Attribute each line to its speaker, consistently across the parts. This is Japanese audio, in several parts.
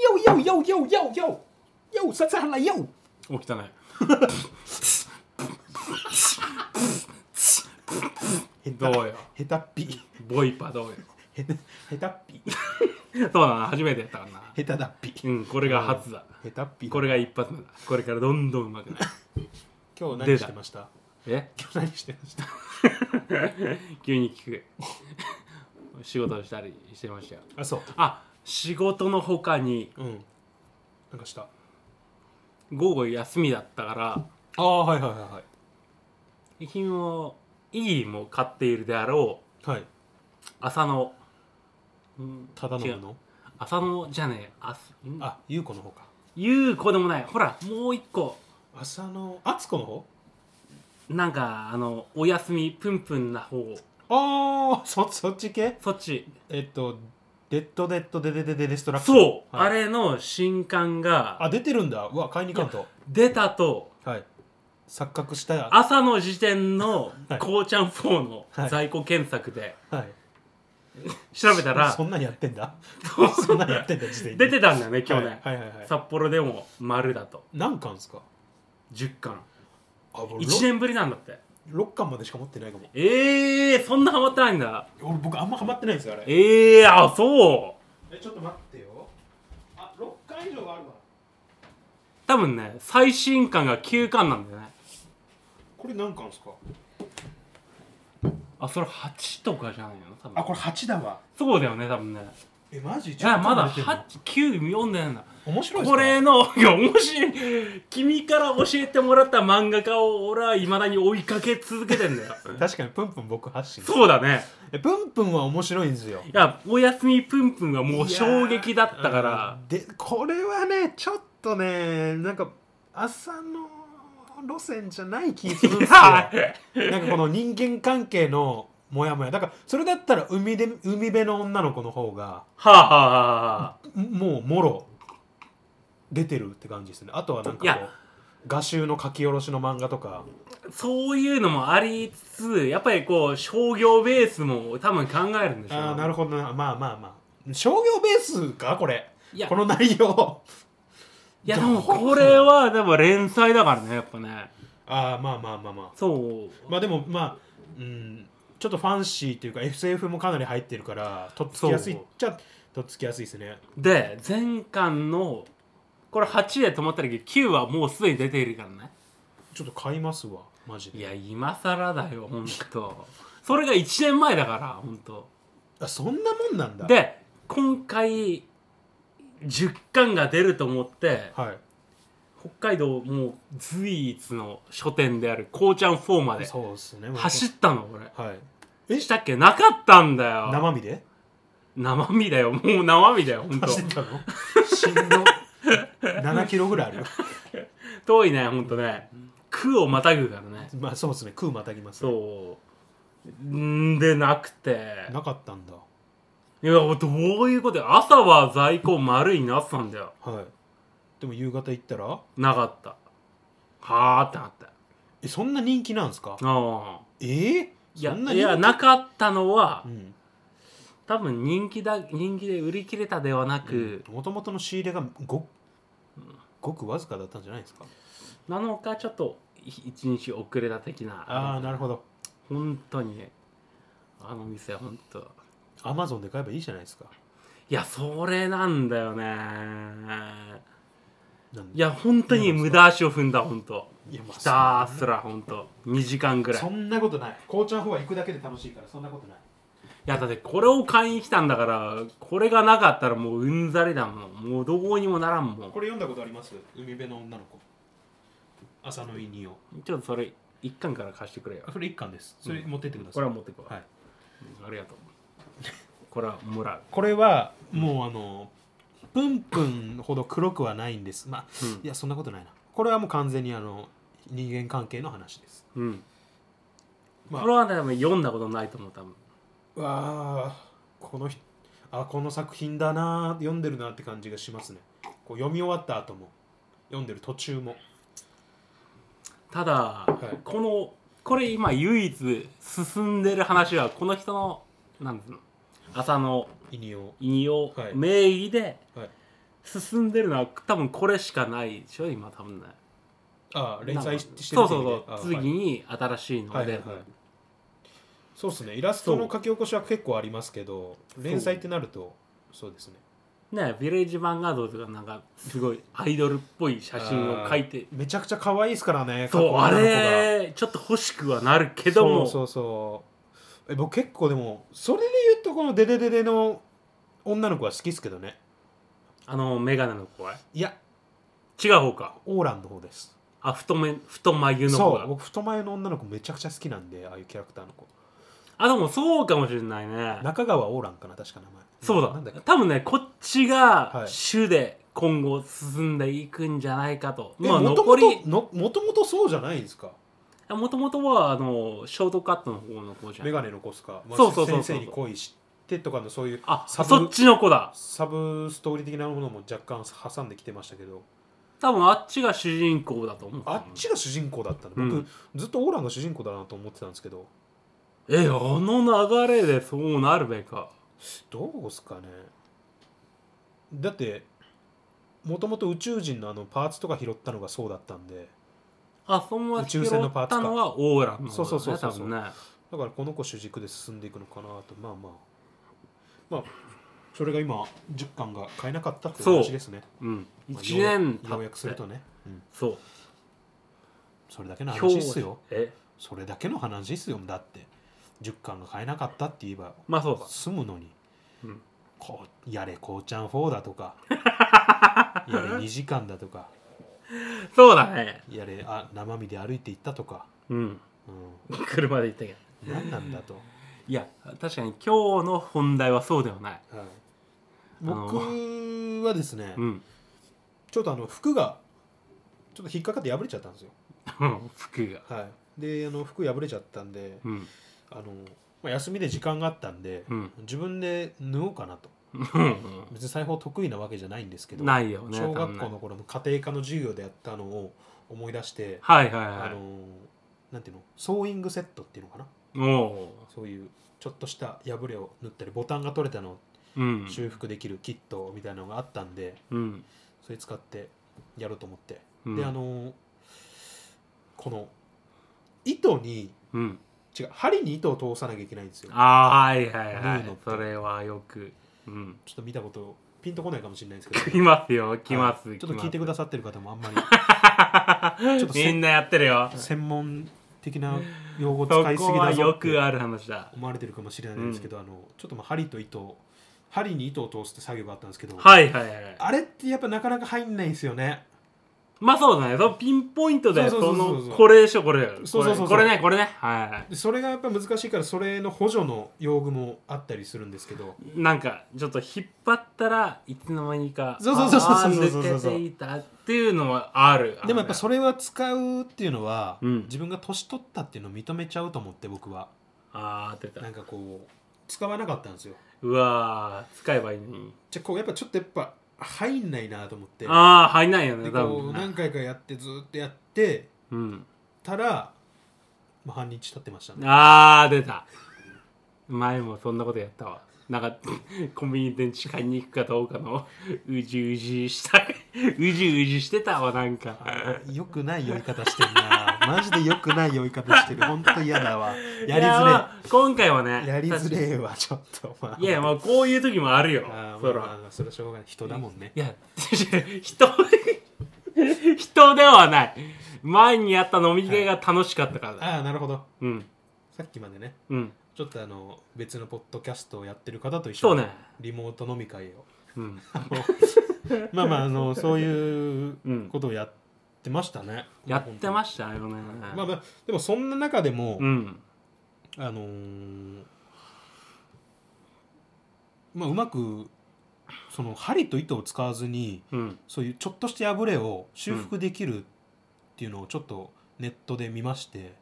Speaker 1: よよよよよよ笹原よ
Speaker 2: お汚いどうよ
Speaker 1: ヘタっぴ
Speaker 2: ボイパどうよ
Speaker 1: ヘタヘタっぴ
Speaker 2: そうだな初めてやったからな
Speaker 1: ヘタだっぴ
Speaker 2: うんこれが初だ
Speaker 1: ヘタっぴ
Speaker 2: これが一発目だこれからどんどんうまくなる
Speaker 1: 今日
Speaker 2: 出
Speaker 1: 何
Speaker 2: た
Speaker 1: してました
Speaker 2: え
Speaker 1: 今日何してました
Speaker 2: 急に聞く仕事をしたりしてましたよ
Speaker 1: あそう
Speaker 2: あ仕事のほかに
Speaker 1: うんなんかしたあ
Speaker 2: 午後休みだったから
Speaker 1: あはいはいは
Speaker 2: 遺品をいいも買っているであろう
Speaker 1: いはいはい
Speaker 2: 浅野うん
Speaker 1: ただ
Speaker 2: 違
Speaker 1: の
Speaker 2: う
Speaker 1: の
Speaker 2: 浅野じゃねえあすん
Speaker 1: あ優子の方か
Speaker 2: 言う子でもないほらもう一個
Speaker 1: 浅野敦子の方
Speaker 2: なんかあのお休みプンプンな方
Speaker 1: ああそそっち系
Speaker 2: そっち
Speaker 1: えっとデッドデッドデデデデデストラクション
Speaker 2: そう、
Speaker 1: はい
Speaker 2: あれの新刊が
Speaker 1: あ出てるんだうわ買いに行かんと
Speaker 2: 出たと
Speaker 1: はい錯覚したや
Speaker 2: 朝の時点の
Speaker 1: はい
Speaker 2: こうちゃん4の
Speaker 1: はい
Speaker 2: 在庫検索で
Speaker 1: はい
Speaker 2: 調べたら、
Speaker 1: そんなんやってんだ そんなんやってんだ時点
Speaker 2: 出てたんだよね去年、
Speaker 1: はいはいはいはい
Speaker 2: 札幌でも丸だと
Speaker 1: 何巻ですか
Speaker 2: 10巻
Speaker 1: あ俺
Speaker 2: 1年ぶりなんだって
Speaker 1: 6巻までしか持ってないかも
Speaker 2: えー、そんなハマってないんだ
Speaker 1: 俺僕あんまハマってないんですよあれ
Speaker 2: えー、あそう
Speaker 1: えちょっと待ってよあ六6巻以上はあるわ
Speaker 2: 多分ね最新巻が9巻なんだよね
Speaker 1: これ何巻ですか
Speaker 2: あそれ8とかじゃないの多分
Speaker 1: あこれ8だわ
Speaker 2: そうだよね多分ね
Speaker 1: えマジ
Speaker 2: いやまだ
Speaker 1: 10巻
Speaker 2: 8 9読んでないんだ
Speaker 1: 面白いです
Speaker 2: こ
Speaker 1: か
Speaker 2: れのいや面白い君から教えてもらった漫画家を俺はいまだに追いかけ続けてんだよ
Speaker 1: 確かにプンプン僕発信
Speaker 2: そうだね
Speaker 1: えプンプンは面白いんですよ
Speaker 2: いやおやすみぷんぷんがもう衝撃だったから
Speaker 1: でこれはねちょっとねなんか朝の路線じゃない気するんですよなんかこの人間関係のモヤモヤだからそれだったら海で海辺の女の子の方が
Speaker 2: はあはあはあ
Speaker 1: んもうもろ出てるって感じですねあとはなん
Speaker 2: い
Speaker 1: かこ
Speaker 2: や
Speaker 1: う画集の書き下ろしの漫画とか
Speaker 2: そういうのもありつつやっぱりこう商業ベースも多分考えるんでしょう
Speaker 1: ああなるほどなまあまあまあ商業ベースかこれ
Speaker 2: いや
Speaker 1: この内容
Speaker 2: いやでもこれはでも連載だからねやっぱね
Speaker 1: ああまあまあまあま
Speaker 2: そう
Speaker 1: あまあでもまあうんちょっとファンシーというか SF もかなり入ってるからとっつきやすいっちゃとっつきやすいですね
Speaker 2: で前巻のこれ8で止まったけど9はもうすでに出ているからね
Speaker 1: ちょっと買いますわマジで
Speaker 2: いや今更だよほんとそれが1年前だからほんと
Speaker 1: あそんなもんなんだ
Speaker 2: で今回10巻が出ると思って
Speaker 1: はい
Speaker 2: 北海道もう随一の書店であるこうちゃん4まで
Speaker 1: そうですね。
Speaker 2: 走ったの俺
Speaker 1: はい。
Speaker 2: したっけなかったんだよ
Speaker 1: 生身で
Speaker 2: 生身だよもう生身だよほんと
Speaker 1: 走ってたのしんど。7キロぐらいあるよ。
Speaker 2: 遠いねほんとね区をまたぐからね
Speaker 1: まあそうですね。空またぎますね、
Speaker 2: そううんでなくて
Speaker 1: なかったんだ。
Speaker 2: いやどういうことよ朝は在庫丸になってたんだよ
Speaker 1: はい。でも夕方行ったら、
Speaker 2: なかったはあってなった
Speaker 1: え、そんな人気なんですか
Speaker 2: ああ
Speaker 1: えー、
Speaker 2: いや
Speaker 1: そんな人
Speaker 2: い
Speaker 1: 気
Speaker 2: やなかったのは
Speaker 1: うん。
Speaker 2: 多分人気だ人気で売り切れたではなく、
Speaker 1: もともとの仕入れがごごくわずかだったんじゃないですか
Speaker 2: なのかちょっと一日遅れた的な
Speaker 1: ああ、なるほど。
Speaker 2: 本当にあの店は本当
Speaker 1: アマゾンで買えばいいじゃないですか。
Speaker 2: いやそれなんだよね
Speaker 1: なん
Speaker 2: い
Speaker 1: で
Speaker 2: や本当に無駄足を踏んだ本当
Speaker 1: いやまあ
Speaker 2: ひたすら本当2時間ぐらい
Speaker 1: そんなことない。紅茶の方は行くだけで楽しいから、そんなことない。
Speaker 2: いやだってこれを買いに来たんだからこれがなかったらもううんざりだもんもうどうにもならんもん
Speaker 1: これ読んだことあります海辺の女の子。朝のいにお。
Speaker 2: ちょっとそれ一巻から貸してくれよ
Speaker 1: それ一巻です。それ持ってってくだ
Speaker 2: こ
Speaker 1: さい。
Speaker 2: れは持ってくわ、
Speaker 1: はい
Speaker 2: うんありがとうこれはもらう
Speaker 1: これはもうあのプンプンほど黒くはないんです。まあ、
Speaker 2: うん
Speaker 1: いやそんなことないな。これはもう完全にあの人間関係の話です。
Speaker 2: うん、
Speaker 1: まあ
Speaker 2: これはね多分読んだことないと思う多分
Speaker 1: わあこの人あこの作品だな読んでるなって感じがしますね。こう読み終わった後も読んでる途中も。
Speaker 2: ただ、
Speaker 1: い
Speaker 2: このこれ今唯一進んでる話はこの人のなんつうの朝の
Speaker 1: イニオ
Speaker 2: 引用
Speaker 1: はい
Speaker 2: 名義で
Speaker 1: はい
Speaker 2: 進んでるのは多分これしかないでしょ今多分ね
Speaker 1: ああ連載してる時で
Speaker 2: そうそうそ
Speaker 1: ああ
Speaker 2: う次
Speaker 1: はい
Speaker 2: に新しいので、
Speaker 1: はいはいはいそうですねイラストの書き起こしは結構ありますけど連載ってなるとそうですね
Speaker 2: ねヴィレッジヴァンガードとかなんかすごいアイドルっぽい写真を描いて
Speaker 1: あーめちゃくちゃ可愛いですからね
Speaker 2: そう
Speaker 1: 過
Speaker 2: あ
Speaker 1: 去の女の子が
Speaker 2: れちょっと欲しくはなるけども
Speaker 1: そうそうそうえ僕結構でもそれで言うとこのデデデデの女の子は好きですけどね
Speaker 2: あの眼鏡の子はい
Speaker 1: や
Speaker 2: 違う方か
Speaker 1: オーランの方です
Speaker 2: あ太め太眉の方
Speaker 1: そう
Speaker 2: が
Speaker 1: 僕太前の女の子めちゃくちゃ好きなんでああいうキャラクターの子
Speaker 2: あでもそうかもしれないね
Speaker 1: 中川オーランかな確か名前
Speaker 2: そう
Speaker 1: なんだ
Speaker 2: だ
Speaker 1: っけ
Speaker 2: 多分ねこっち
Speaker 1: は
Speaker 2: が
Speaker 1: い
Speaker 2: 主で今後進んでいくんじゃないかと、
Speaker 1: え
Speaker 2: まあ
Speaker 1: もとも
Speaker 2: 残り
Speaker 1: とのもともとそうじゃないんですか
Speaker 2: もともとはあのショートカットの方の子じゃ
Speaker 1: メ
Speaker 2: ん
Speaker 1: ガネの子っすか、まあ
Speaker 2: そうそうそうそう
Speaker 1: 先生に恋してとかのそういう
Speaker 2: あ
Speaker 1: サブ
Speaker 2: そっちの子だ
Speaker 1: サブストーリー的なものも若干挟んできてましたけど
Speaker 2: 多分あっちが主人公だと思う
Speaker 1: あっちが主人公だったの、
Speaker 2: うん
Speaker 1: 僕ずっとオーランが主人公だなと思ってたんですけど
Speaker 2: えあの流れでそうなるべか
Speaker 1: どうすかねだってもともと宇宙人のあのパーツとか拾ったのがそうだったんで
Speaker 2: あそんな
Speaker 1: 宇
Speaker 2: 拾
Speaker 1: 宙
Speaker 2: っ
Speaker 1: 船のパーツか
Speaker 2: たのはオーラの方だね
Speaker 1: そうそうそうそう
Speaker 2: 多分ね
Speaker 1: だからこの子主軸で進んでいくのかなとまあまあまあそれが今10巻が買えなかったっていう
Speaker 2: そう
Speaker 1: 話ですね
Speaker 2: うん
Speaker 1: まあ
Speaker 2: 1年
Speaker 1: 要
Speaker 2: 経
Speaker 1: 約する
Speaker 2: って
Speaker 1: とね、うん
Speaker 2: そう
Speaker 1: それだけの話っすよ
Speaker 2: え
Speaker 1: それだけの話っすよだって10巻が買えなかったって言えば
Speaker 2: まあそうだ
Speaker 1: 済むのに、
Speaker 2: うん
Speaker 1: こうやれこうちゃん4だと かやれ2時間だとか
Speaker 2: そうだね
Speaker 1: やれあ生身で歩いていったとか、
Speaker 2: うん
Speaker 1: う
Speaker 2: 車で行ったけど
Speaker 1: ん、何なんだと、
Speaker 2: いや確かに今日の本題はそうではない
Speaker 1: 僕はですね、
Speaker 2: うん
Speaker 1: ちょっとあの服がちょっと引っかかって破れちゃったんですよ、
Speaker 2: 服が
Speaker 1: はい、であの服破れちゃったんで
Speaker 2: うん
Speaker 1: あの、まあ、休みで時間があったんで、
Speaker 2: うん
Speaker 1: 自分で縫おうかなと
Speaker 2: うん
Speaker 1: 別に裁縫得意なわけじゃないんですけど
Speaker 2: ないよね
Speaker 1: 小
Speaker 2: 多
Speaker 1: 学校
Speaker 2: 分
Speaker 1: の
Speaker 2: ね
Speaker 1: 頃の家庭科の授業でやったのを思い出して、
Speaker 2: はいはい
Speaker 1: あ
Speaker 2: は
Speaker 1: のなんていうのソーイングセットっていうのかない
Speaker 2: も
Speaker 1: そういうちょっとした破れを塗ったりボタンが取れたのを
Speaker 2: ううん
Speaker 1: 修復できるキットみたいなのがあったんで
Speaker 2: うん
Speaker 1: それ使ってやろうと思って、
Speaker 2: うん
Speaker 1: であのこの糸に
Speaker 2: うん
Speaker 1: 違う針に糸を通さなきゃいけないんですよ
Speaker 2: あーはいはいは
Speaker 1: 縫うのって
Speaker 2: いそれはよくうん
Speaker 1: ちょっと見たことピンとこないかもしれないですけど
Speaker 2: 来ますよ 来ます
Speaker 1: はいちょっと聞いてくださってる方もあ んまり
Speaker 2: ち
Speaker 1: ち
Speaker 2: ょ
Speaker 1: ょ
Speaker 2: っ
Speaker 1: っ
Speaker 2: と
Speaker 1: と
Speaker 2: みんなやってるよそ
Speaker 1: 専門的な用語を使いすぎ
Speaker 2: こは
Speaker 1: だぞ
Speaker 2: よ
Speaker 1: って
Speaker 2: くある話だ
Speaker 1: 思われてるかもしれないですけど、あのちょっとまあ針と糸を針に糸を通すって作業があったんですけど、
Speaker 2: はいはいはい
Speaker 1: あれってやっぱなかなか入んないんですよね
Speaker 2: まあそうだねそのピンポイントで
Speaker 1: そ
Speaker 2: そ
Speaker 1: そ
Speaker 2: う
Speaker 1: うそうそう
Speaker 2: のこれでしょこれ
Speaker 1: そうそうそうそう
Speaker 2: これねこれねはいはい
Speaker 1: でそれがやっぱ難しいからそれの補助の用具もあったりするんですけど
Speaker 2: なんかちょっと引っ張ったらいつの間にか
Speaker 1: そうそうそうそう
Speaker 2: あー
Speaker 1: そうそうそう
Speaker 2: 抜けていたっていうのはある
Speaker 1: でもやっぱそ
Speaker 2: れ
Speaker 1: れは使うっていうのは、
Speaker 2: うん
Speaker 1: 自分が年取ったっていうのを認めちゃうと思って僕は
Speaker 2: あー出た
Speaker 1: なんかこう使わなかったんですよ
Speaker 2: うわー使えばいいのに
Speaker 1: じゃあこうやっぱちょっとやっぱ入んないなと思って
Speaker 2: ああ入んないよ
Speaker 1: で
Speaker 2: ね多
Speaker 1: こう
Speaker 2: 分
Speaker 1: 何
Speaker 2: ね
Speaker 1: 回かやってずーっとやって
Speaker 2: うん
Speaker 1: たら、まあ、半日経ってましたね
Speaker 2: あー出た前もそんなことやったわなんかコンビニ電池買いに行くかどうかのうじうじした うじうじしてたわなんか
Speaker 1: よくない酔い方してる なマジでよくない酔い方してるほんと嫌だわやり
Speaker 2: いや
Speaker 1: づ
Speaker 2: まあ今回はね
Speaker 1: れえやりづ
Speaker 2: 確
Speaker 1: れえわちょっとまあ
Speaker 2: かにいやまあこういう時もあるよ
Speaker 1: あー
Speaker 2: そ
Speaker 1: まあ
Speaker 2: ら
Speaker 1: まあそれはしょうがない人だもんね
Speaker 2: いや、 人、 人ではない。前にやった飲み会が楽しかったからだ。
Speaker 1: ああなるほど
Speaker 2: うん。
Speaker 1: さっきまでね
Speaker 2: うん。
Speaker 1: ちょっとあの別のポッドキャストをやってる方と一
Speaker 2: そ
Speaker 1: 緒
Speaker 2: う
Speaker 1: に
Speaker 2: ね。
Speaker 1: リモート飲み会を
Speaker 2: うん。
Speaker 1: あのまあまああのそういう
Speaker 2: うん
Speaker 1: ことをやってましたね、
Speaker 2: やってま
Speaker 1: し
Speaker 2: したよね。
Speaker 1: たまあまあでもそんな中でも、
Speaker 2: うん。
Speaker 1: あのーまあうまくその針と糸を使わずに
Speaker 2: うん。
Speaker 1: そういうちょっとした破れを修復できるっていうのをちょっとネットで見まして、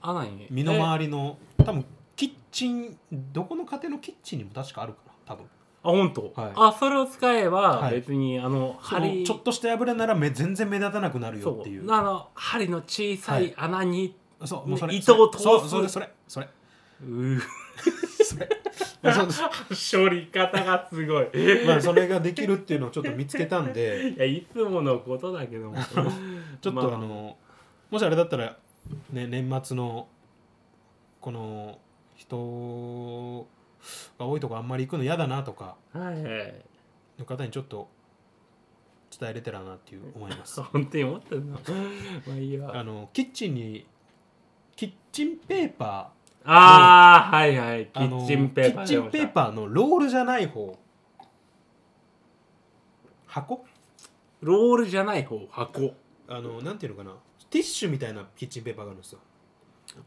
Speaker 2: あ、なに
Speaker 1: 身の
Speaker 2: えあ、
Speaker 1: 回りの多分キッチンどこの家庭のキッチンにも確かあるから多分
Speaker 2: ほんと。
Speaker 1: はい
Speaker 2: あ、それを使えば、
Speaker 1: はい
Speaker 2: 別に、あの、針、
Speaker 1: ちょっとした破れならめ全然目立たなくなるよ
Speaker 2: そ
Speaker 1: っていう
Speaker 2: う。あの、針の小さい穴に、
Speaker 1: そうもうそれ
Speaker 2: 糸を通す
Speaker 1: そうそれそれそれ
Speaker 2: うー
Speaker 1: それまあ そ
Speaker 2: 処理方がすごい。
Speaker 1: まあそれができるっていうのをちょっと見つけたん で
Speaker 2: いや、いつものことだけ ども。
Speaker 1: ちょっとあの、もしあれだったら、ね、年末のこの人が多いとこあんまり行くの嫌だなとか
Speaker 2: まあ、はいはい。
Speaker 1: の方にちょっと伝えれたらなっていう思い ます。
Speaker 2: 本当に思ってんのまあいいわ。
Speaker 1: あのキッチンにキッチンペーパ
Speaker 2: ああ、はいはい。キ
Speaker 1: ーあの
Speaker 2: ッチンペーパー。
Speaker 1: キッチンペーパーのロールじゃない方箱
Speaker 2: ロールじゃない方、箱。
Speaker 1: あのなんていうのかなティッシュみたいなキッチンペーパーがあるんですよ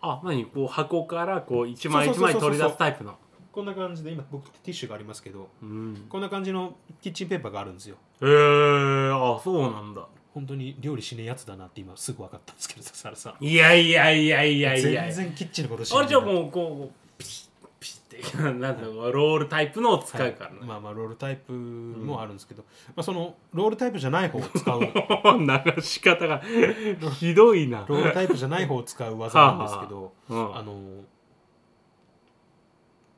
Speaker 2: あ、何こう箱からこう一枚
Speaker 1: そう
Speaker 2: 一枚
Speaker 1: そうそうそう
Speaker 2: 取り出すタイプの。
Speaker 1: こんな感じで今僕ティッシュがありますけど
Speaker 2: うん。
Speaker 1: こんな感じのキッチンペーパーがあるんですよ
Speaker 2: へえ、あ、そうなんだ。
Speaker 1: 本当に料理しねえやつだなって今すぐ分かったんですけどさサラさん
Speaker 2: いやいやいやいやいやいや。
Speaker 1: 全然キッチンのことし
Speaker 2: あれじゃあ
Speaker 1: う
Speaker 2: もうこうピシッピシッって なんだろうロールタイプのを使うからね、
Speaker 1: まあまあロールタイプもあるんですけど、まあ、そのロールタイプじゃない方を使 うロ
Speaker 2: 流し方がひどいな、
Speaker 1: ールタイプじゃない方を使う技なんですけど
Speaker 2: うん
Speaker 1: あの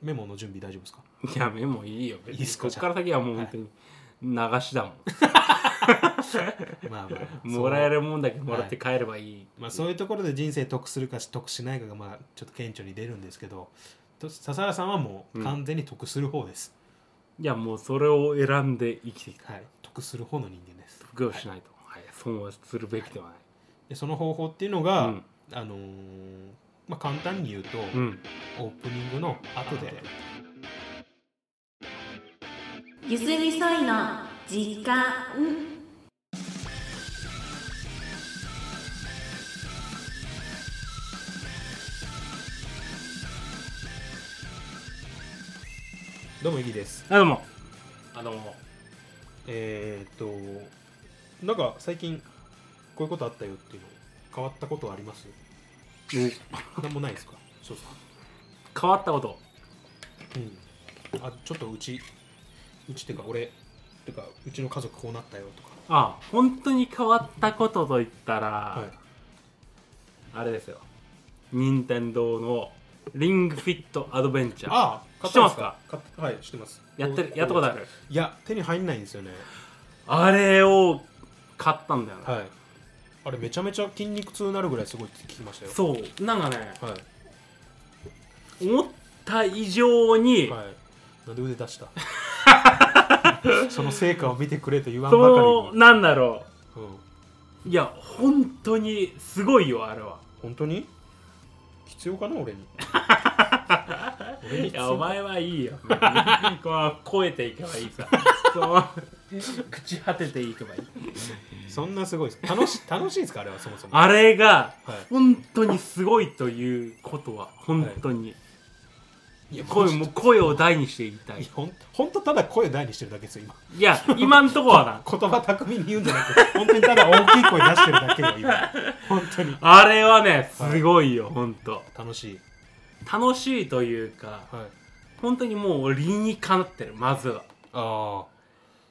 Speaker 1: メモの準備大丈夫ですか
Speaker 2: いやめもいいよ別
Speaker 1: いいっすか
Speaker 2: こっから先はもう本当に流しだもん、
Speaker 1: まあまあ
Speaker 2: もらえるもんだけもらって帰ればいい、
Speaker 1: まあ、そういうところで人生得するか得しないかがまあちょっと顕著に出るんですけどと笹原さんはもう完全に得する方です、
Speaker 2: い、やもうそれを選んで生きてきた
Speaker 1: はい、得する方の人間です
Speaker 2: 服をしないと、はい損はするべきではない、
Speaker 1: でその方法っていうのが、
Speaker 2: うん
Speaker 1: あのーまあ、簡単に言うと、
Speaker 2: うん
Speaker 1: オープニングの後で
Speaker 3: ゆすりそいの時間
Speaker 1: どうもイギです
Speaker 2: あどうもあどうも
Speaker 1: えー、っとなんか最近こういうことあったよっていうの変わったことはあります なんもないですかそうですか
Speaker 2: 変わったこと
Speaker 1: うん、あちょっとうちうちっていうか俺っていうかうちの家族こうなったよとか
Speaker 2: あ本当に変わったことといったら、あれですよ任天堂のリングフィットアドベンチャー
Speaker 1: ああ
Speaker 2: 知ってますか
Speaker 1: 買ったはい知ってます
Speaker 2: やってるやったことある
Speaker 1: いや手に入んないんですよね
Speaker 2: あれを買ったんだよね、
Speaker 1: はいあれめちゃめちゃ筋肉痛になるぐらいすごいって聞きましたよ
Speaker 2: そうなんかね
Speaker 1: は
Speaker 2: 思った以上
Speaker 1: い、
Speaker 2: に、
Speaker 1: はい、なんで腕出した その成果を見てくれと言わんば
Speaker 2: そ
Speaker 1: か
Speaker 2: のなんだろ
Speaker 1: りに、うん、
Speaker 2: ういや本当にすごいよあれは
Speaker 1: 本当に必要かな 俺に俺に
Speaker 2: い
Speaker 1: 必要
Speaker 2: やお前はいい よこう超えていけばいいさそう朽ち果てていけばいい
Speaker 1: そんなすごいです楽し楽しいですかあれはそもそも
Speaker 2: あれが
Speaker 1: はい
Speaker 2: 本当にすごいということは本当に、
Speaker 1: いや
Speaker 2: 声も声を大にして言いた
Speaker 1: いや
Speaker 2: い
Speaker 1: ほんほんとただ声大にしてるだけですよ今
Speaker 2: いや今んとこはな
Speaker 1: 言葉巧みに言うんじゃなくて本当にただ大きい声出してるだけよ今本当に
Speaker 2: あれはねすごいよ、ほんと
Speaker 1: 楽しい
Speaker 2: 楽しいというか
Speaker 1: はい
Speaker 2: 本当にもう理にかなってるまずは
Speaker 1: あ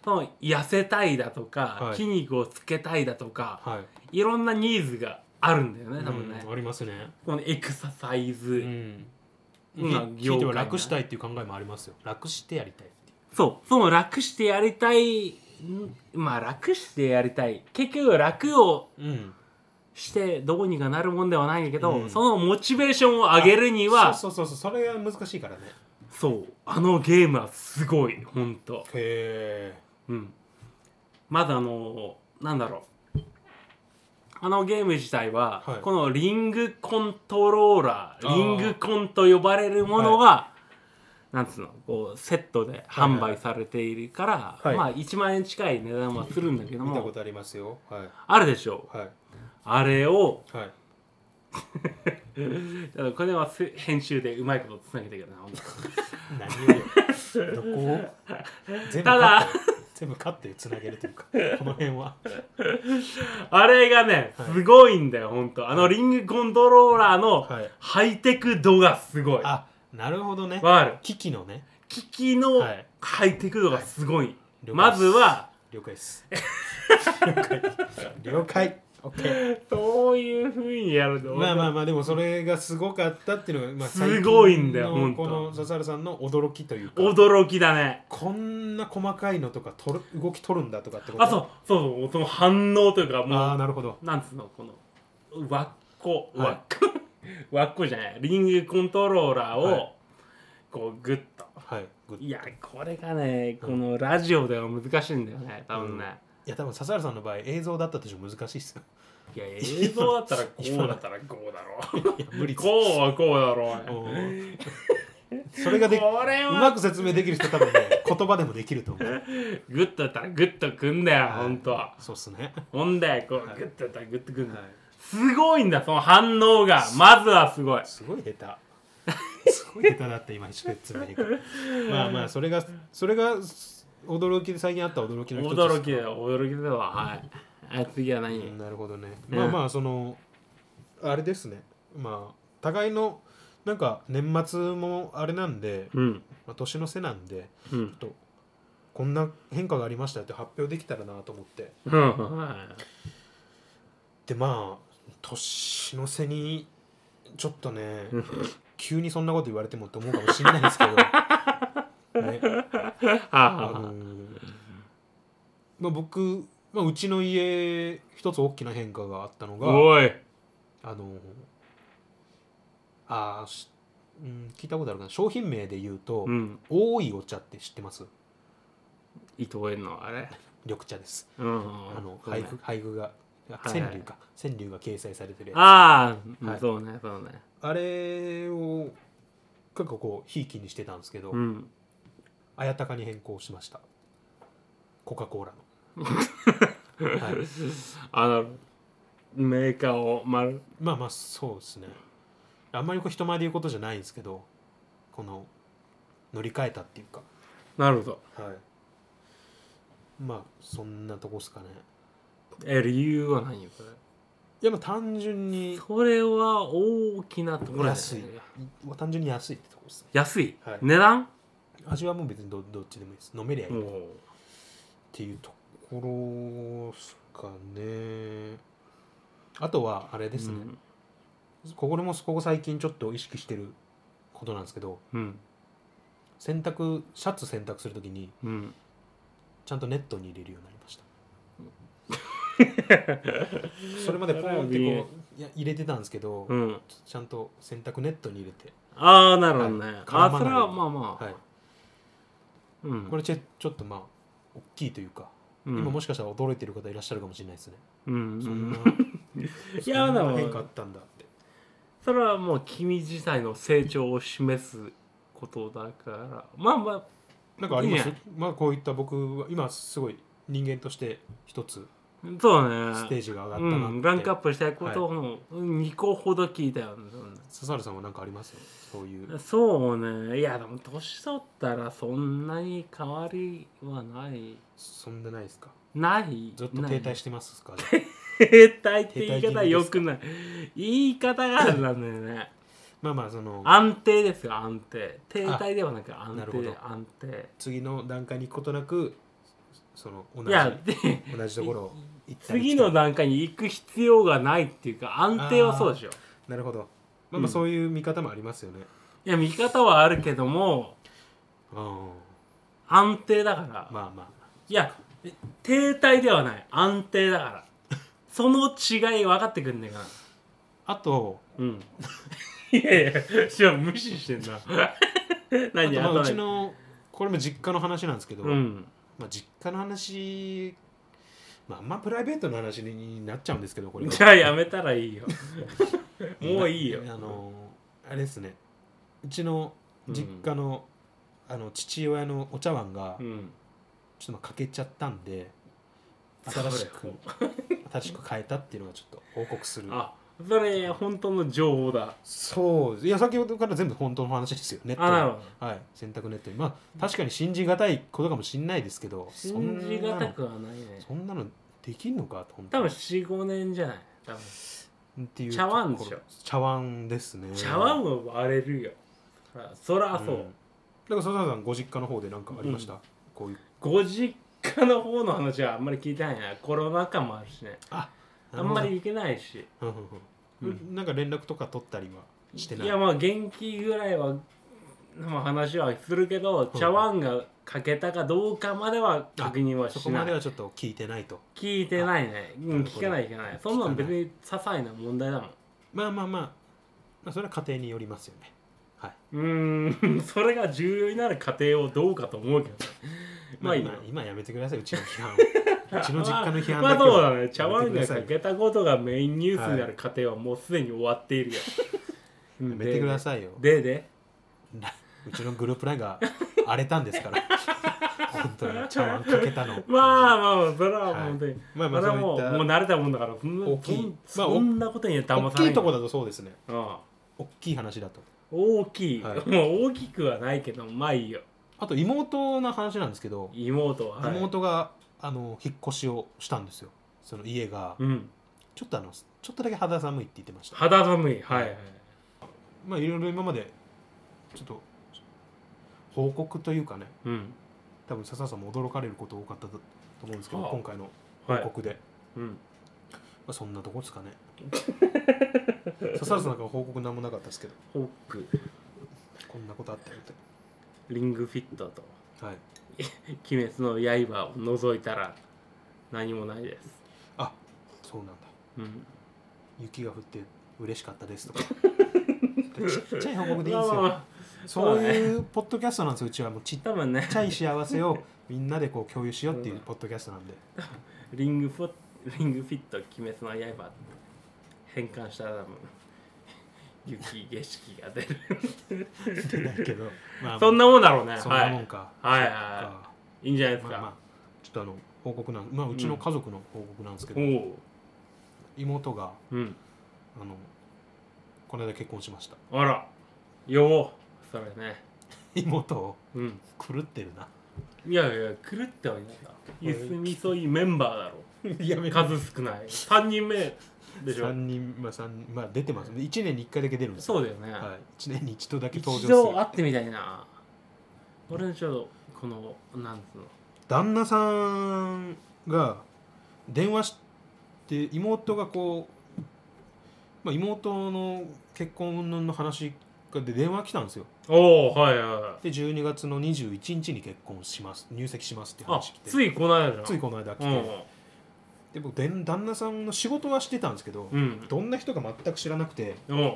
Speaker 2: その痩せたいだとか、
Speaker 1: はい
Speaker 2: 筋肉をつけたいだとか
Speaker 1: あはい
Speaker 2: いろんなニーズがあるんだよね多分ね、
Speaker 1: うんありますね
Speaker 2: このエクササイズ、
Speaker 1: うん
Speaker 2: うん
Speaker 1: 聞いては楽したいっていう考えもありますよ楽してやりたいってい
Speaker 2: そうその楽してやりたいんまあ楽してやりたい結局楽を
Speaker 1: ううん
Speaker 2: してどうにかなるもんではないんだけど、
Speaker 1: うん
Speaker 2: そのモチベーションを上げるには
Speaker 1: そうそうそうそうそれが難しいからね
Speaker 2: そうあのゲームはすごいほんと
Speaker 1: へ
Speaker 2: うんまだあのなんだろうあのゲーム自体は、
Speaker 1: はい
Speaker 2: このリングコントローラー
Speaker 1: あー
Speaker 2: リングコンと呼ばれるものが、なんつうのこうセットで販売されているから、
Speaker 1: はい
Speaker 2: まあ1万円近い値段はするんだけど
Speaker 1: 見た
Speaker 2: も
Speaker 1: ことありますよはい
Speaker 2: あるでしょ
Speaker 1: はい
Speaker 2: あれを
Speaker 1: はい
Speaker 2: だからこれはす編集でうまいことつなげてくれなほんと
Speaker 1: 何をよどこ全部
Speaker 2: た
Speaker 1: カ
Speaker 2: だ
Speaker 1: ットよ全部カットでつなげるというかこの辺 は
Speaker 2: あれがね、
Speaker 1: はい
Speaker 2: すごいんだよ、ほんと。あのリングコントローラーの
Speaker 1: はい
Speaker 2: ハイテク度がすごい。わ
Speaker 1: あなるほどね
Speaker 2: かる
Speaker 1: 機器のね
Speaker 2: 機器の
Speaker 1: はい
Speaker 2: ハイテク度がすごい。
Speaker 1: 了解
Speaker 2: まずは、
Speaker 1: 了解です了解了解オッケー
Speaker 2: そういうふうにやるの
Speaker 1: まあまあまあでもそれがすごかったっていうのが、まあ、
Speaker 2: すごいんだよ
Speaker 1: 最近の
Speaker 2: ほんと
Speaker 1: この笹原さんの驚きというか
Speaker 2: 驚きだね
Speaker 1: こんな細かいのとか取る動き取るんだとかってこと
Speaker 2: あそうそうそうその反応というかもう
Speaker 1: ああなるほど
Speaker 2: なんつうのこの輪っこ
Speaker 1: はい
Speaker 2: 輪っこ、 輪っこじゃないリングコントローラーを、
Speaker 1: はい
Speaker 2: こうグッと
Speaker 1: はいグッド
Speaker 2: いやこれがねこのラジオでは難しいんだよね多分ね、
Speaker 1: いや多分笹原さんの場合映像だったとしても難しいっすよ
Speaker 2: いや映像だったらこうだったらこうだろ う
Speaker 1: いや無理っす
Speaker 2: こうはこうだろう
Speaker 1: うんそれができ
Speaker 2: これ
Speaker 1: う
Speaker 2: は
Speaker 1: まく説明できる人多分ね言葉でもできると思う
Speaker 2: グッとだったらグッとくんだよ、ほんと
Speaker 1: そうっすね
Speaker 2: ほんでこう、
Speaker 1: い
Speaker 2: グッとだったらグッとくんだよ、
Speaker 1: はい
Speaker 2: すごいんだその反応がまずはすごい
Speaker 1: すごい下手すごい下手だって今一緒でつめにくまあまあそれがそれが驚きで最近あった驚きの一つ
Speaker 2: 驚きだよ驚きだわはいあ次は何、
Speaker 1: うんなるほどね、
Speaker 2: うん
Speaker 1: まあまあそのあれですねまあ互いのなんか年末もあれなんで、
Speaker 2: うん
Speaker 1: まあ、年の瀬なんで
Speaker 2: うん
Speaker 1: ちょっとこんな変化がありましたよって発表できたらなと思って
Speaker 2: うんはい
Speaker 1: でまあ年の瀬にちょっとね急にそんなこと言われてもと思うかもしれないんですけど、ね、あの
Speaker 2: は
Speaker 1: まあ、僕、まあ、うちの家一つ大きな変化があったの
Speaker 2: あ、
Speaker 1: が
Speaker 2: おい
Speaker 1: あのあーしうん、聞いたことあるかな商品名で言うと、
Speaker 2: うん
Speaker 1: 多いお茶って知ってます
Speaker 2: 伊藤園のあれ
Speaker 1: 緑茶です、
Speaker 2: うん
Speaker 1: あの
Speaker 2: ごめん
Speaker 1: 配布配布があ
Speaker 2: はいはい
Speaker 1: 川柳か、川柳が掲載されてるやつ
Speaker 2: ああ、
Speaker 1: はい
Speaker 2: そうねそうね
Speaker 1: あれを結構こうひいきにしてたんですけど、
Speaker 2: うん
Speaker 1: 綾鷹に変更しましたコカ・コーラ の、はい、
Speaker 2: あのメーカーを丸
Speaker 1: まあまあそうですねあんまりこう人前で言うことじゃないんですけどこの乗り換えたっていうか
Speaker 2: なるほど
Speaker 1: はいまあそんなとこですかね
Speaker 2: え理由は何よそれ
Speaker 1: いやまあ単純に
Speaker 2: それは大きなところだよね
Speaker 1: 安い単純に安いってとこですね
Speaker 2: 安い、
Speaker 1: はい
Speaker 2: 値段
Speaker 1: 味はもう別にどどっちでもいいです飲めりゃいい
Speaker 2: お
Speaker 1: っ
Speaker 2: お
Speaker 1: ていうところですかねあとはあれですね、ここでもここ最近ちょっと意識してることなんですけど
Speaker 2: うん
Speaker 1: 洗濯シャツ洗濯するときに
Speaker 2: うん
Speaker 1: ちゃんとネットに入れるようになりました それまでポーンって
Speaker 2: それは
Speaker 1: こういや入れてたんですけど、
Speaker 2: うん
Speaker 1: ちゃんと洗濯ネットに入れて、
Speaker 2: ああなるほどね、
Speaker 1: はい
Speaker 2: あ
Speaker 1: 絡まない
Speaker 2: あそれはまあまあ、
Speaker 1: はい、
Speaker 2: うん
Speaker 1: これちょちょっとまあ大きいというか、
Speaker 2: うん
Speaker 1: 今もしかしたら驚いてる方いらっしゃるかもしれないですね、
Speaker 2: うん
Speaker 1: そ
Speaker 2: うんん
Speaker 1: な
Speaker 2: いや
Speaker 1: そん
Speaker 2: で
Speaker 1: な
Speaker 2: も
Speaker 1: 変化あったんだって
Speaker 2: それはもう君自体の成長を示すことだからまあまあ
Speaker 1: なんかあります
Speaker 2: いいね
Speaker 1: まあこういった僕は今すごい人間として一つ
Speaker 2: そうだね
Speaker 1: ステージが上がった
Speaker 2: う
Speaker 1: なって、
Speaker 2: ん、ランクアップしたいことを2個ほど聞いたよ、
Speaker 1: 笹原さんは何かありますそういう
Speaker 2: そうねいやでも年取ったらそんなに変わりはない
Speaker 1: そんなないですか
Speaker 2: ない
Speaker 1: ずっと停滞してますかじゃ あ
Speaker 2: て停滞って言い
Speaker 1: 停滞気
Speaker 2: 方
Speaker 1: 味で
Speaker 2: よ
Speaker 1: すか
Speaker 2: くない言い方があるんだよ ね
Speaker 1: まあまあその
Speaker 2: 安定ですよ安定停滞ではなく安
Speaker 1: なるほ
Speaker 2: 定
Speaker 1: ど
Speaker 2: 安定
Speaker 1: 次の段階に行くことなくその同
Speaker 2: い
Speaker 1: じ
Speaker 2: やで
Speaker 1: 同じところを行ったり来たり
Speaker 2: 次の段階に行く必要がないっていうか安定はそうでしょ
Speaker 1: なるほどまあ
Speaker 2: う
Speaker 1: ま
Speaker 2: ん
Speaker 1: あそういう見方もありますよね、
Speaker 2: いや見方はあるけども
Speaker 1: うん、
Speaker 2: 安定だから、
Speaker 1: まあま
Speaker 2: いや停滞ではない安定だから その違い分かってくんねえかな
Speaker 1: ああと
Speaker 2: うん いやいやしかも無視してんな
Speaker 1: あ
Speaker 2: 何
Speaker 1: とまあ
Speaker 2: あと
Speaker 1: うち
Speaker 2: 何
Speaker 1: のこれも実家の話なんですけど、
Speaker 2: うん
Speaker 1: まあ、実家の話まああんまプライベートの話になっちゃうんですけどこれは
Speaker 2: じゃあやめたら いいよもういいよ
Speaker 1: あのあれですねうちの実家の,、あの父親のお茶碗が
Speaker 2: うん
Speaker 1: ちょっとまあ欠けちゃったんで
Speaker 2: それ
Speaker 1: 新しく新しく変えたっていうのがちょっと報告する
Speaker 2: あそれ本当の情報だ
Speaker 1: そういや先ほどから全部本当の話ですよネット
Speaker 2: あなるほど
Speaker 1: はい洗濯ネットにまあ確かに信じがたいことかもしれないですけど
Speaker 2: 信じがたく
Speaker 1: そんなの
Speaker 2: はないね
Speaker 1: そんなのできんのかと本
Speaker 2: 多
Speaker 1: 当
Speaker 2: 分
Speaker 1: に
Speaker 2: 45年じゃない多分
Speaker 1: っていう
Speaker 2: 茶碗でしょ
Speaker 1: ところ茶碗ですね
Speaker 2: 茶碗は割れるよそらそ
Speaker 1: ん
Speaker 2: う、
Speaker 1: だから笹原さんご実家の方で何かありました、こういう
Speaker 2: ご実家の方の話はあんまり聞いてないなコロナ禍もあるしね
Speaker 1: あ
Speaker 2: あんまり行けないし
Speaker 1: うんうんうんなんか連絡とか取ったりはしてない
Speaker 2: いやまあ元気ぐらいは、まあ、話はするけど
Speaker 1: うん
Speaker 2: 茶碗が欠けたかどうかまでは確認は
Speaker 1: そ
Speaker 2: し
Speaker 1: こま
Speaker 2: な
Speaker 1: で
Speaker 2: い
Speaker 1: はちょっと聞いてないと
Speaker 2: 聞いてないね、う
Speaker 1: なる
Speaker 2: ん、
Speaker 1: ほど
Speaker 2: 聞かない聞かないそんな
Speaker 1: 聞か
Speaker 2: の別
Speaker 1: ない
Speaker 2: に些細な問題だもん
Speaker 1: まあまあまあ、まあ、それは家庭によりますよねはい、
Speaker 2: うーんそれが重要になる過程をどうかと思うけどねまあいいよ
Speaker 1: 今今やめてくださいうちの批 判をうちの実家の批判
Speaker 2: まあ
Speaker 1: だけ
Speaker 2: そうだ
Speaker 1: は
Speaker 2: ね茶碗が欠けたことがメインニュースになる過程はもうすでに終わっているよ、う
Speaker 1: や
Speaker 2: ん
Speaker 1: めてくださいよ
Speaker 2: ででで
Speaker 1: なうちのグループラインが 荒れたんですから本当に茶碗かけたの
Speaker 2: まあ
Speaker 1: あ
Speaker 2: まあまあそれは本当に、
Speaker 1: まあま
Speaker 2: ま
Speaker 1: あそ
Speaker 2: あ、
Speaker 1: うい
Speaker 2: もう
Speaker 1: った
Speaker 2: もう慣れたもんだからそんな
Speaker 1: 大きい
Speaker 2: そん
Speaker 1: まあお
Speaker 2: そんなことには騙
Speaker 1: 大
Speaker 2: さない
Speaker 1: きいとこだとそうですね
Speaker 2: うん
Speaker 1: 大きい話だと
Speaker 2: 大きい、
Speaker 1: はい
Speaker 2: もう大きくはないけどまあいいよ
Speaker 1: あと妹の話なんですけど、
Speaker 2: 妹は、はい
Speaker 1: 妹があの引っ越しをしたんですよその家が、
Speaker 2: うん
Speaker 1: ちょっとあのちょっとだけ肌寒いって言ってました
Speaker 2: 肌寒いはいはい
Speaker 1: まあいろいろ今までちょっと報告というかね
Speaker 2: うん
Speaker 1: 多分笹さんも驚かれること多かったと思うんですけど、
Speaker 2: はあ
Speaker 1: 今回の報
Speaker 2: はい、
Speaker 1: 告で、
Speaker 2: うん、
Speaker 1: まあ、そんなとこですか ね笹さんなんか報告なんもなかったですけど
Speaker 2: ホック
Speaker 1: こんなことあったよっ
Speaker 2: リングフィットと
Speaker 1: てはい
Speaker 2: 「鬼滅の刃」を除いたら何もないです、
Speaker 1: あそうなんだ
Speaker 2: うん、
Speaker 1: 雪が降って嬉しかったですとかちっちゃい報告でいいんです
Speaker 2: まあ
Speaker 1: よ
Speaker 2: まあ
Speaker 1: そういうポッドキャストなんですようちはもうちっ
Speaker 2: 多分ね
Speaker 1: ちゃ い幸せをみんなでこう共有しようっていうポッドキャストなんで
Speaker 2: リングフォリングフィット鬼滅の刃変換したら多分雪景色が出る
Speaker 1: 出 ないけど、まあ、
Speaker 2: そんなもんだろうね
Speaker 1: そんなもんか、
Speaker 2: はいはい
Speaker 1: そっ
Speaker 2: は
Speaker 1: か
Speaker 2: いいいんじゃないです
Speaker 1: まあ
Speaker 2: か、
Speaker 1: まあちょっとあの報告なんまあうちの家族の報告なんですけど、
Speaker 2: おお
Speaker 1: 妹が
Speaker 2: ううん
Speaker 1: あのこの間結婚しました
Speaker 2: あらよおそれね
Speaker 1: 妹を
Speaker 2: うん
Speaker 1: 狂って るな
Speaker 2: いやいや狂ってはいないなゆすみそいメンバーだろ
Speaker 1: やめ
Speaker 2: 数少ない3人目でしょ
Speaker 1: 3人まあ三人まあ出てます1年に1回だけ出るんですよ
Speaker 2: そうだよね、
Speaker 1: はい、1年に1度だけ登場
Speaker 2: 一
Speaker 1: する
Speaker 2: 度会ってみたいな俺のちょうどこのなんつうの
Speaker 1: 旦那さんが電話して妹がこう、まあ、妹の結婚の話がで電話来たんですよ
Speaker 2: おおはいはいはい
Speaker 1: で12月の21日に結婚します入籍しますって
Speaker 2: あ
Speaker 1: 話来て
Speaker 2: ついこの間じゃん
Speaker 1: ついこの間来て、
Speaker 2: う
Speaker 1: で僕で旦那さんの仕事はしてたんですけど、
Speaker 2: んうん
Speaker 1: どんな人か全く知らなくて
Speaker 2: うん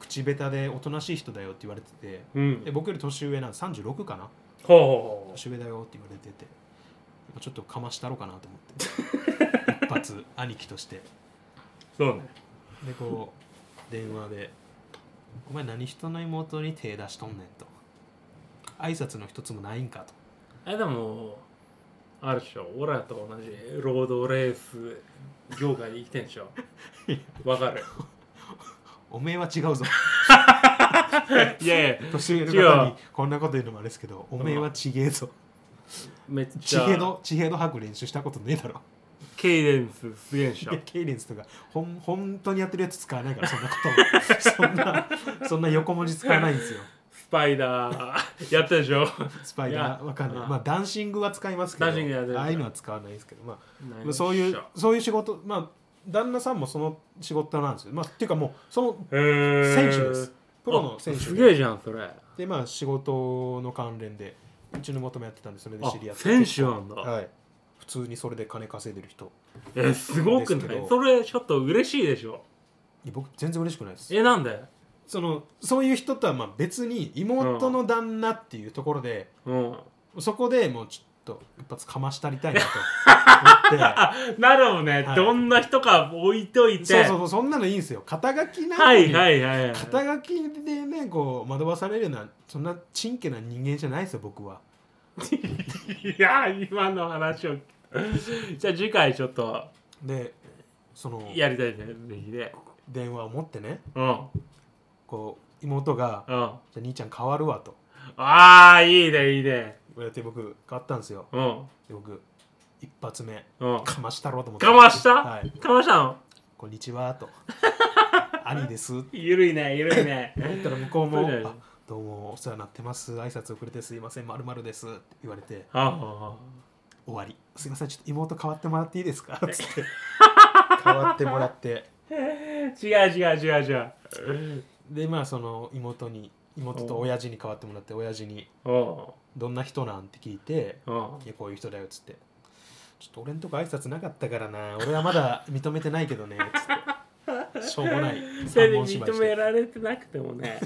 Speaker 1: 口下手でおとなしい人だよって言われてて
Speaker 2: うん
Speaker 1: で僕より年上なん36かな
Speaker 2: ほうほうほ
Speaker 1: 年上だよって言われててちょっとかましたろうかなと思って一 発兄貴として
Speaker 2: うそうね
Speaker 1: でこう電話で「お前何人の妹に手出しとんねん」と「挨拶の一つもないんか」と
Speaker 2: あれでもあるでしょ俺らと同じロードレース業界で生きてんで しょわかる
Speaker 1: 「おめえは違うぞ」
Speaker 2: いやいや
Speaker 1: 年上の
Speaker 2: 違
Speaker 1: 方
Speaker 2: う
Speaker 1: にこんなこと言うのもあれですけど「おめえはちげえぞ」
Speaker 2: め
Speaker 1: 「
Speaker 2: っち
Speaker 1: ち
Speaker 2: ゃ
Speaker 1: げえのちげえの吐く練習したことねえだろ」
Speaker 2: ケイデンスすげえんでしょ
Speaker 1: でケイレンスとかほん本当にやってるやつ使わないからそんなこともそんな そんな横文字使わないんですよ
Speaker 2: スパイダーやったでしょ
Speaker 1: スパイダー
Speaker 2: いや
Speaker 1: わかんない
Speaker 2: うん
Speaker 1: まあダンシングは使いますけど
Speaker 2: ダンシングやる
Speaker 1: ああいうのは使わないですけどまあ まあそういうそういう仕事まあ旦那さんもその仕事なんですよまあっていうかもうその選
Speaker 2: 選
Speaker 1: 手ですプロの選手
Speaker 2: す
Speaker 1: で
Speaker 2: げえじゃんそれ
Speaker 1: でまあ仕事の関連でうちの妹もやってたんでそれで
Speaker 2: あ
Speaker 1: 知り合って
Speaker 2: 選手なんだ
Speaker 1: はい普通にそれで金稼いでる人
Speaker 2: えすごく
Speaker 1: です
Speaker 2: な
Speaker 1: け
Speaker 2: い
Speaker 1: ど
Speaker 2: それちょっと嬉しいでしょ
Speaker 1: いや僕全然嬉しくないです
Speaker 2: えなんで
Speaker 1: そのそういう人とはまあ別に妹の旦那っていうところで、
Speaker 2: うん
Speaker 1: そこでもうちょっと一発かましたりたいなと思っ
Speaker 2: あなるほどね、
Speaker 1: はい
Speaker 2: どんな人か置いとい
Speaker 1: て
Speaker 2: て
Speaker 1: そうそうそうそんなのいいんですよ肩書きなの
Speaker 2: は
Speaker 1: に、
Speaker 2: いはいはいはい
Speaker 1: 肩書きでねこう惑わされるようなそんなちんけな人間じゃないですよ僕はい
Speaker 2: や今の話をじゃあ次回ちょっと
Speaker 1: でその
Speaker 2: やりたいねぜひね
Speaker 1: 電話を持ってね
Speaker 2: うん
Speaker 1: こう妹が
Speaker 2: う
Speaker 1: 「じ
Speaker 2: ん
Speaker 1: ゃあ兄ちゃん変わるわ」と
Speaker 2: ああいいねいいね
Speaker 1: 言われて僕変わったんですよ
Speaker 2: うん
Speaker 1: で僕一発目
Speaker 2: うん
Speaker 1: かましたろうと思って
Speaker 2: かました、
Speaker 1: はい
Speaker 2: かましたの
Speaker 1: こんにちはと 兄です
Speaker 2: ゆるいねゆるいね
Speaker 1: だったら向こう
Speaker 2: そ
Speaker 1: も
Speaker 2: うじゃない
Speaker 1: あ「どうもお世話になってます挨拶遅れてすいませんまるまるです」って言われて
Speaker 2: ああ
Speaker 1: 終わり「すいませんちょっと妹変わってもらっていいですか?」っつって代わってもらって
Speaker 2: 違う違う違う違う
Speaker 1: でまあその妹に妹と親父に代わってもらって親父に
Speaker 2: お
Speaker 1: 「どんな人なん?」って聞いて
Speaker 2: うお
Speaker 1: いやこういう人だよっつってちょっと俺んとこ挨拶なかったからな俺はまだ認めてないけどねつってしょうもないう
Speaker 2: それ
Speaker 1: 三
Speaker 2: で
Speaker 1: 本芝居
Speaker 2: 認
Speaker 1: し
Speaker 2: め
Speaker 1: て
Speaker 2: られてなくてもね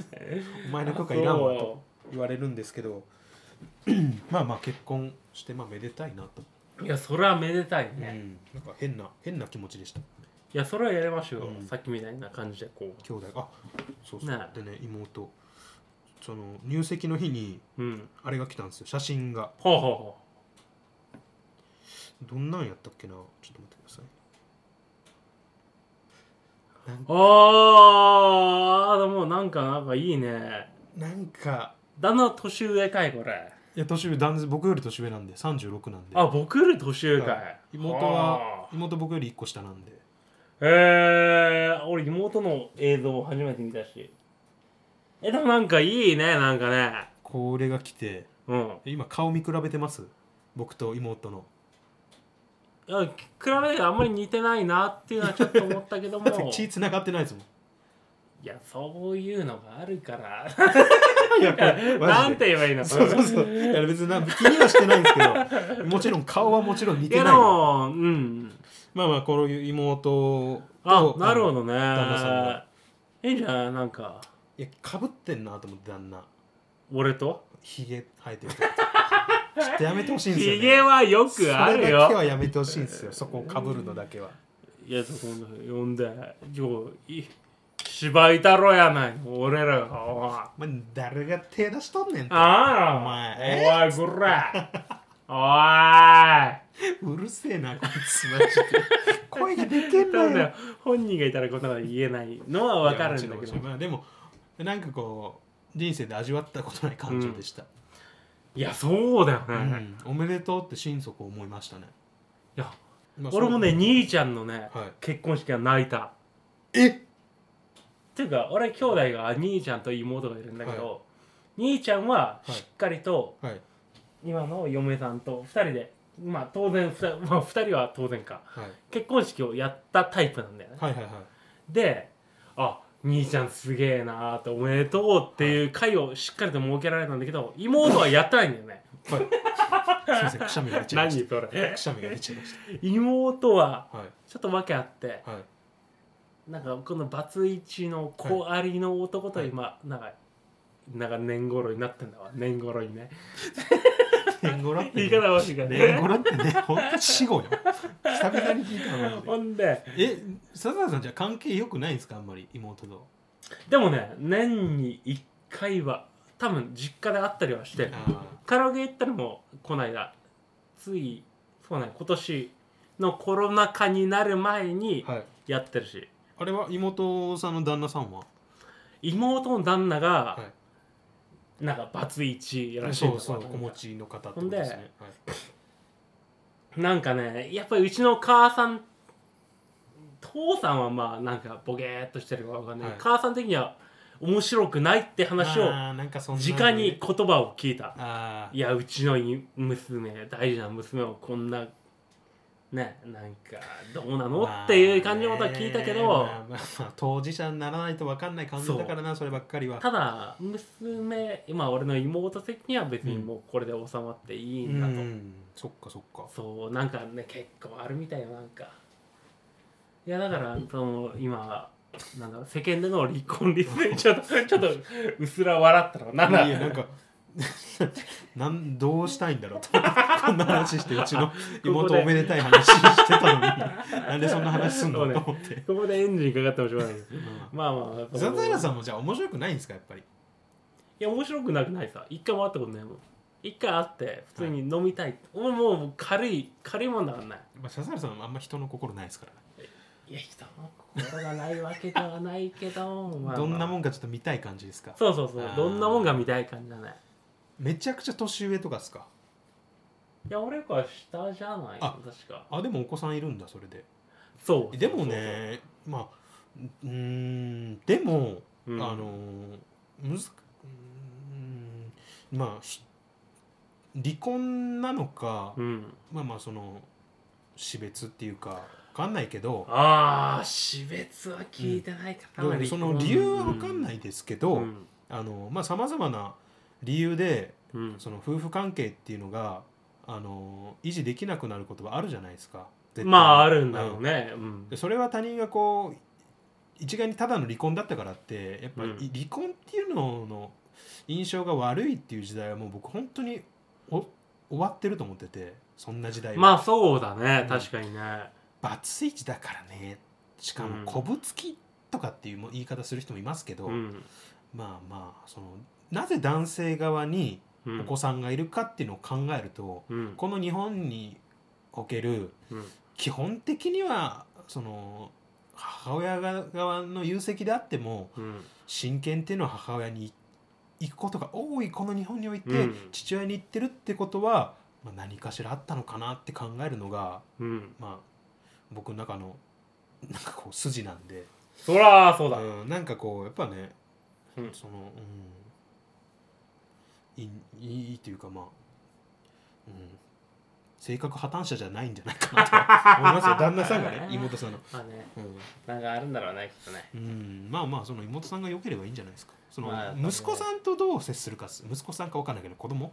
Speaker 1: お前の許可いらんわと言われるんですけど まあまあ結婚してまあめでたいなと、
Speaker 2: いやそれはめでたいうね、
Speaker 1: ん、なんか変な変な気持ちでした
Speaker 2: いやそれはやれましょうよ、
Speaker 1: うん
Speaker 2: さっきみたいな感じでこ
Speaker 1: 兄弟あそうそう、
Speaker 2: ねえ
Speaker 1: でね妹その入籍の日に
Speaker 2: ううん
Speaker 1: あれが来たんですよ写真が
Speaker 2: ほうほうほ
Speaker 1: どんなんやったっけなちょっと待ってくださ
Speaker 2: うああでもなんかなんかいいね
Speaker 1: いなんか
Speaker 2: 旦那は年上かいこれ
Speaker 1: いや年上男性僕より年上なんで36なんで
Speaker 2: あ僕より年上かい、
Speaker 1: はい妹
Speaker 2: あ
Speaker 1: は
Speaker 2: ー
Speaker 1: 妹僕より1個下なんで
Speaker 2: えー、俺妹の映像を初めて見たしえでもなんかいいねなんかね
Speaker 1: これが来て
Speaker 2: うん
Speaker 1: 今顔見比べてます僕と妹の
Speaker 2: いや比べてあんまり似てないなっていうのはちょっと思ったけ ども
Speaker 1: だって血
Speaker 2: い
Speaker 1: つながってないですもん
Speaker 2: やそういうのがあるから
Speaker 1: いやこれマジで
Speaker 2: なんて言えばいい の
Speaker 1: そうそうそういや別にな気にはしてないんですけどもちろん顔はもちろん似
Speaker 2: い
Speaker 1: て
Speaker 2: や
Speaker 1: ない
Speaker 2: でもうん
Speaker 1: まあまあこの妹
Speaker 2: あ
Speaker 1: と
Speaker 2: なるほど
Speaker 1: 那さん
Speaker 2: ね
Speaker 1: が
Speaker 2: いいんじゃないなんか
Speaker 1: いやかぶってんなと思って旦那
Speaker 2: 俺と
Speaker 1: ひげ生えてる人ちょっとやめてほしいんですよ、ね、
Speaker 2: ひげはよ
Speaker 1: それ
Speaker 2: くある
Speaker 1: だけは
Speaker 2: よ
Speaker 1: やめてほしいんですよそこをかぶるのだけはい
Speaker 2: やそこの呼んでようい芝居太郎やないの俺らがお前
Speaker 1: お前誰が手出しとんねんと
Speaker 2: ああ
Speaker 1: お前
Speaker 2: おいこ らおいう
Speaker 1: るせえなこいつマジで声がでけんの
Speaker 2: た
Speaker 1: よ
Speaker 2: だ本人がいたらこんなこと言えないのは分かるんだ
Speaker 1: いやも
Speaker 2: け
Speaker 1: ち
Speaker 2: ど
Speaker 1: ろもちろまあでもなんかこう人生で味わったことない感情でした、
Speaker 2: いやそうだよね、
Speaker 1: うん
Speaker 2: い
Speaker 1: おめでとうって心底思いましたね、
Speaker 2: や
Speaker 1: まあ
Speaker 2: 俺もね兄ちゃんのね、
Speaker 1: はい
Speaker 2: 結婚式は泣いたっ
Speaker 1: え
Speaker 2: ていうか俺兄弟が兄ちゃんと妹がいるんだけど、兄ちゃんはしっかりと
Speaker 1: はい
Speaker 2: 今の嫁さんと2人でまあ当然 2,、まあ、二人は当然か
Speaker 1: はい
Speaker 2: 結婚式をやったタイプなんだよね、
Speaker 1: はいはいはい
Speaker 2: であ兄ちゃんすげえなーっておめでとうっていう会をしっかりと設けられたんだけど妹はやってないんだよね
Speaker 1: はいすいませんくしゃみが出ちゃいまし
Speaker 2: 何そ
Speaker 1: た
Speaker 2: れ
Speaker 1: くしゃみが出ちゃいまし
Speaker 2: 妹は
Speaker 1: たはい
Speaker 2: ちょっと訳あって
Speaker 1: はい
Speaker 2: なんかこのバツイチの小ありの男と今、なんかなんか年頃になってんだわ年頃にね
Speaker 1: 年頃って、
Speaker 2: 言
Speaker 1: ね、
Speaker 2: い方はしいから
Speaker 1: 年
Speaker 2: ね
Speaker 1: 頃ってねほんと死後よ久々に聞いたの
Speaker 2: ほんで
Speaker 1: え佐々さんじゃあ関係良くないんですかあんまり妹と
Speaker 2: でもね年に1回は多分実家で会ったりはして
Speaker 1: あ
Speaker 2: カラオケ行ったのもこないだついそうね今年のコロナ禍になる前に
Speaker 1: ーはい
Speaker 2: やってるし
Speaker 1: あれは妹さんの旦那さんは
Speaker 2: 妹の旦那
Speaker 1: は
Speaker 2: がなんかバツイチらしいんだ
Speaker 1: そ
Speaker 2: わ
Speaker 1: うそう
Speaker 2: なん
Speaker 1: 子
Speaker 2: か
Speaker 1: 持ちの方ってことですねはい
Speaker 2: なんかねやっぱりうちの母さん父さんはまあなんかボケーっとしてるかわかんない、
Speaker 1: はい
Speaker 2: 母さん的には面白くないって話を
Speaker 1: あーなんかそんなのね
Speaker 2: 直に言葉を聞いた
Speaker 1: あ
Speaker 2: いやうちの娘大事な娘をこんなねなんかどうな
Speaker 1: あ
Speaker 2: の、っていう感じのことは聞いたけど、
Speaker 1: まあまあまあ当事者にならないと分かんない感じだからなそればっかりは
Speaker 2: ただ娘今俺の妹的には別にもうこれで収まっていいんだと、
Speaker 1: うんそっかそっか
Speaker 2: そうなんかね結構あるみたいよなんかいや だからその今なんだろう世間での離婚率でちょっとちょっとうすら笑ったのなんだ
Speaker 1: いやなんか なんどうしたいんだろうとこんな話してうちの
Speaker 2: ここ
Speaker 1: 妹
Speaker 2: で
Speaker 1: おめでたい話してたのになんでそんな話すんの
Speaker 2: そうね
Speaker 1: と思って
Speaker 2: ここでエンジンかかってもしょうがないまあまあ
Speaker 1: ザザイラ
Speaker 2: ん
Speaker 1: さんもじゃあ面白くないんですかやっぱり
Speaker 2: いや面白くなくないさ一回も会ったことないもん一回会って普通に飲みたい、俺もう軽い軽いもんだからない
Speaker 1: まあザザイラさんはあんま人の心ないですからね
Speaker 2: いや人の心がないわけではないけど まあまあ
Speaker 1: どんなもんかちょっと見たい感じですか
Speaker 2: そうそうそう
Speaker 1: あー
Speaker 2: どんなもんが見たい感じじゃない
Speaker 1: めちゃくちゃ年上とかですか
Speaker 2: いや俺よりかは下じゃない
Speaker 1: あ
Speaker 2: 確か
Speaker 1: あでもお子さんいるんだそれで
Speaker 2: そう
Speaker 1: でもねまあうーんでも、
Speaker 2: うん
Speaker 1: あのむずうーんまあひ離婚なのか、
Speaker 2: うん
Speaker 1: まあまあその死別っていうか分かんないけど
Speaker 2: ああ死別は聞いてないかな、
Speaker 1: その理由は分かんないいですけど、
Speaker 2: うん
Speaker 1: あのまあさまざまな理由で
Speaker 2: うん
Speaker 1: その夫婦関係っていうのがあの維持できなくなることはあるじゃないですか。絶対
Speaker 2: まああるんだろうね、うん
Speaker 1: でそれは他人がこう一概にただの離婚だったからってやっぱり、
Speaker 2: うん
Speaker 1: 離婚っていうのの印象が悪いっていう時代はもう僕本当にお終わってると思っててそんな時代は、
Speaker 2: まあそうだね
Speaker 1: ん
Speaker 2: 確かにね、
Speaker 1: バツイチだからねしか
Speaker 2: うん
Speaker 1: もこぶつきとかっていうも言い方する人もいますけど、
Speaker 2: うん
Speaker 1: まあまあそのなぜ男性側に
Speaker 2: うん、
Speaker 1: お子さんがいるかっていうのを考えると、
Speaker 2: うん
Speaker 1: この日本における
Speaker 2: うん
Speaker 1: 基本的にはその母親側の有責であっても
Speaker 2: うん
Speaker 1: 親権っていうのは母親に行くことが多いこの日本において、
Speaker 2: うん
Speaker 1: 父親に行ってるってことは、まあ、何かしらあったのかなって考えるのが、
Speaker 2: うん、
Speaker 1: まあ、僕の中のなんかこう筋なんで、
Speaker 2: そらそうだ、
Speaker 1: うん、なんかこうやっぱね、
Speaker 2: うん
Speaker 1: その、うん、いいいいいというかまあ、うん、性格破綻者じゃないんじゃないかなとは思い ますよ旦那さんがね妹さんの。
Speaker 2: まあね
Speaker 1: うん
Speaker 2: なんかあるんだろうねきっとね
Speaker 1: うん、まあまあその妹さんが良ければいいんじゃないですかその
Speaker 2: まあやっぱね
Speaker 1: 息子さんとどう接するかっす息子さんか分かんないけど子供、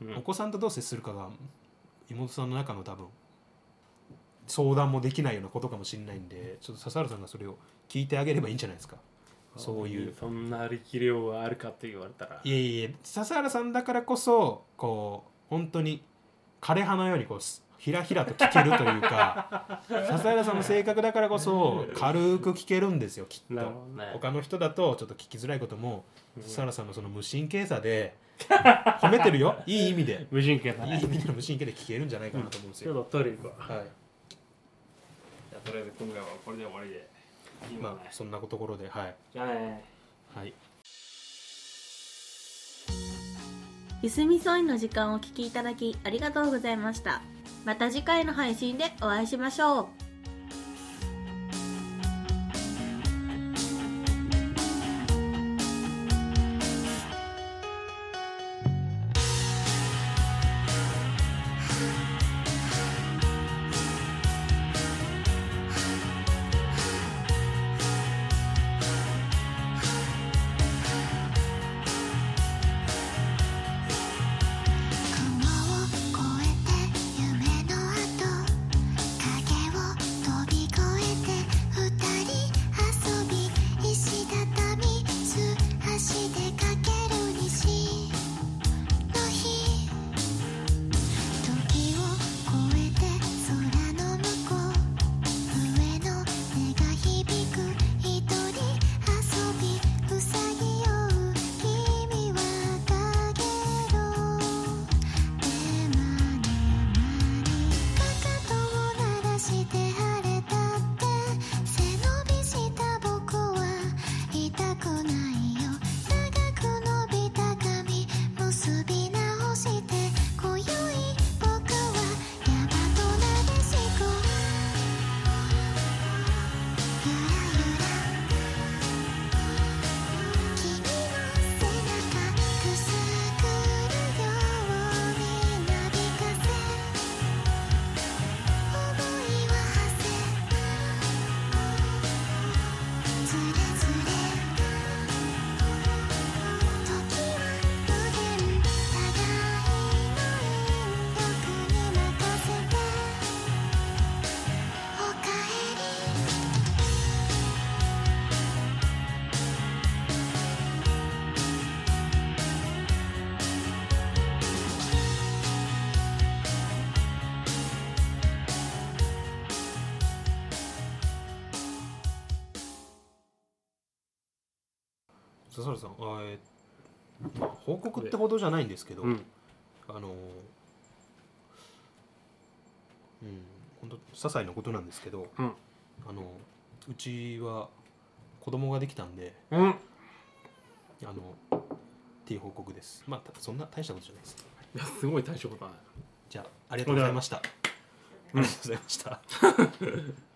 Speaker 2: うん
Speaker 1: お子さんとどう接するかが妹さんの中の多分相談もできないようなことかもしれないんでちょっと笹原さんがそれを聞いてあげればいいんじゃないですかそういう
Speaker 2: そんなありきりようがあるかって言われたら
Speaker 1: いえいえ笹原さんだからこそこう本当に枯れ葉のようにこうすひらひらと聞けるというか 笹原さんの性格だからこそ軽く聞けるんですよきっ
Speaker 2: なる
Speaker 1: と
Speaker 2: ほ。どね
Speaker 1: 他の人だとちょっと聞きづらいことも
Speaker 2: うん
Speaker 1: サラさんのその無神経さ で褒めてるよいい意味で
Speaker 2: 無人権だ
Speaker 1: いい
Speaker 2: ね
Speaker 1: 意味での無神経で聞けるんじゃないかなと思うんです
Speaker 2: ちょ
Speaker 1: よ、
Speaker 2: っとトイレ行くわ
Speaker 1: はい
Speaker 2: じゃあとりあえず今回はこれで終わりでいいもん
Speaker 1: ま
Speaker 2: ね
Speaker 1: あそんなところではい、
Speaker 2: じゃあね
Speaker 1: はい、
Speaker 3: ゆすみそいの時間をお聞きいただきありがとうございましたまた次回の配信でお会いしましょう
Speaker 4: 「雲を越えて夢の跡」「影を飛び越えて二人遊び」「石畳素足でかける西の日」「時を越えて空の向こう」「上の音が響く一人遊び」「うさぎよう君は影の」「手間の間に」「かかとを鳴らして晴れたって」「背伸びした僕は痛くないよ」「長く伸びた髪結び直して」「今宵僕は山となでしく」「ゆらゆら」「君の背中くすぐるようになびかせ」「想いは馳せ」「ずれずれ」「時は無限」「互いの引力に任せて」「おかえり」
Speaker 1: 笹原さんあーえーまあ報告ってほどじゃないんですけど、
Speaker 2: うん
Speaker 1: あのーうん本当些細なことなんですけど
Speaker 2: うん
Speaker 1: あのうちは子供ができたんで
Speaker 2: うん
Speaker 1: あのっていう報告ですまあたそんな大したことじゃないです
Speaker 2: いやすごい大したことだね
Speaker 1: じゃあありがとうございましたありがとうございました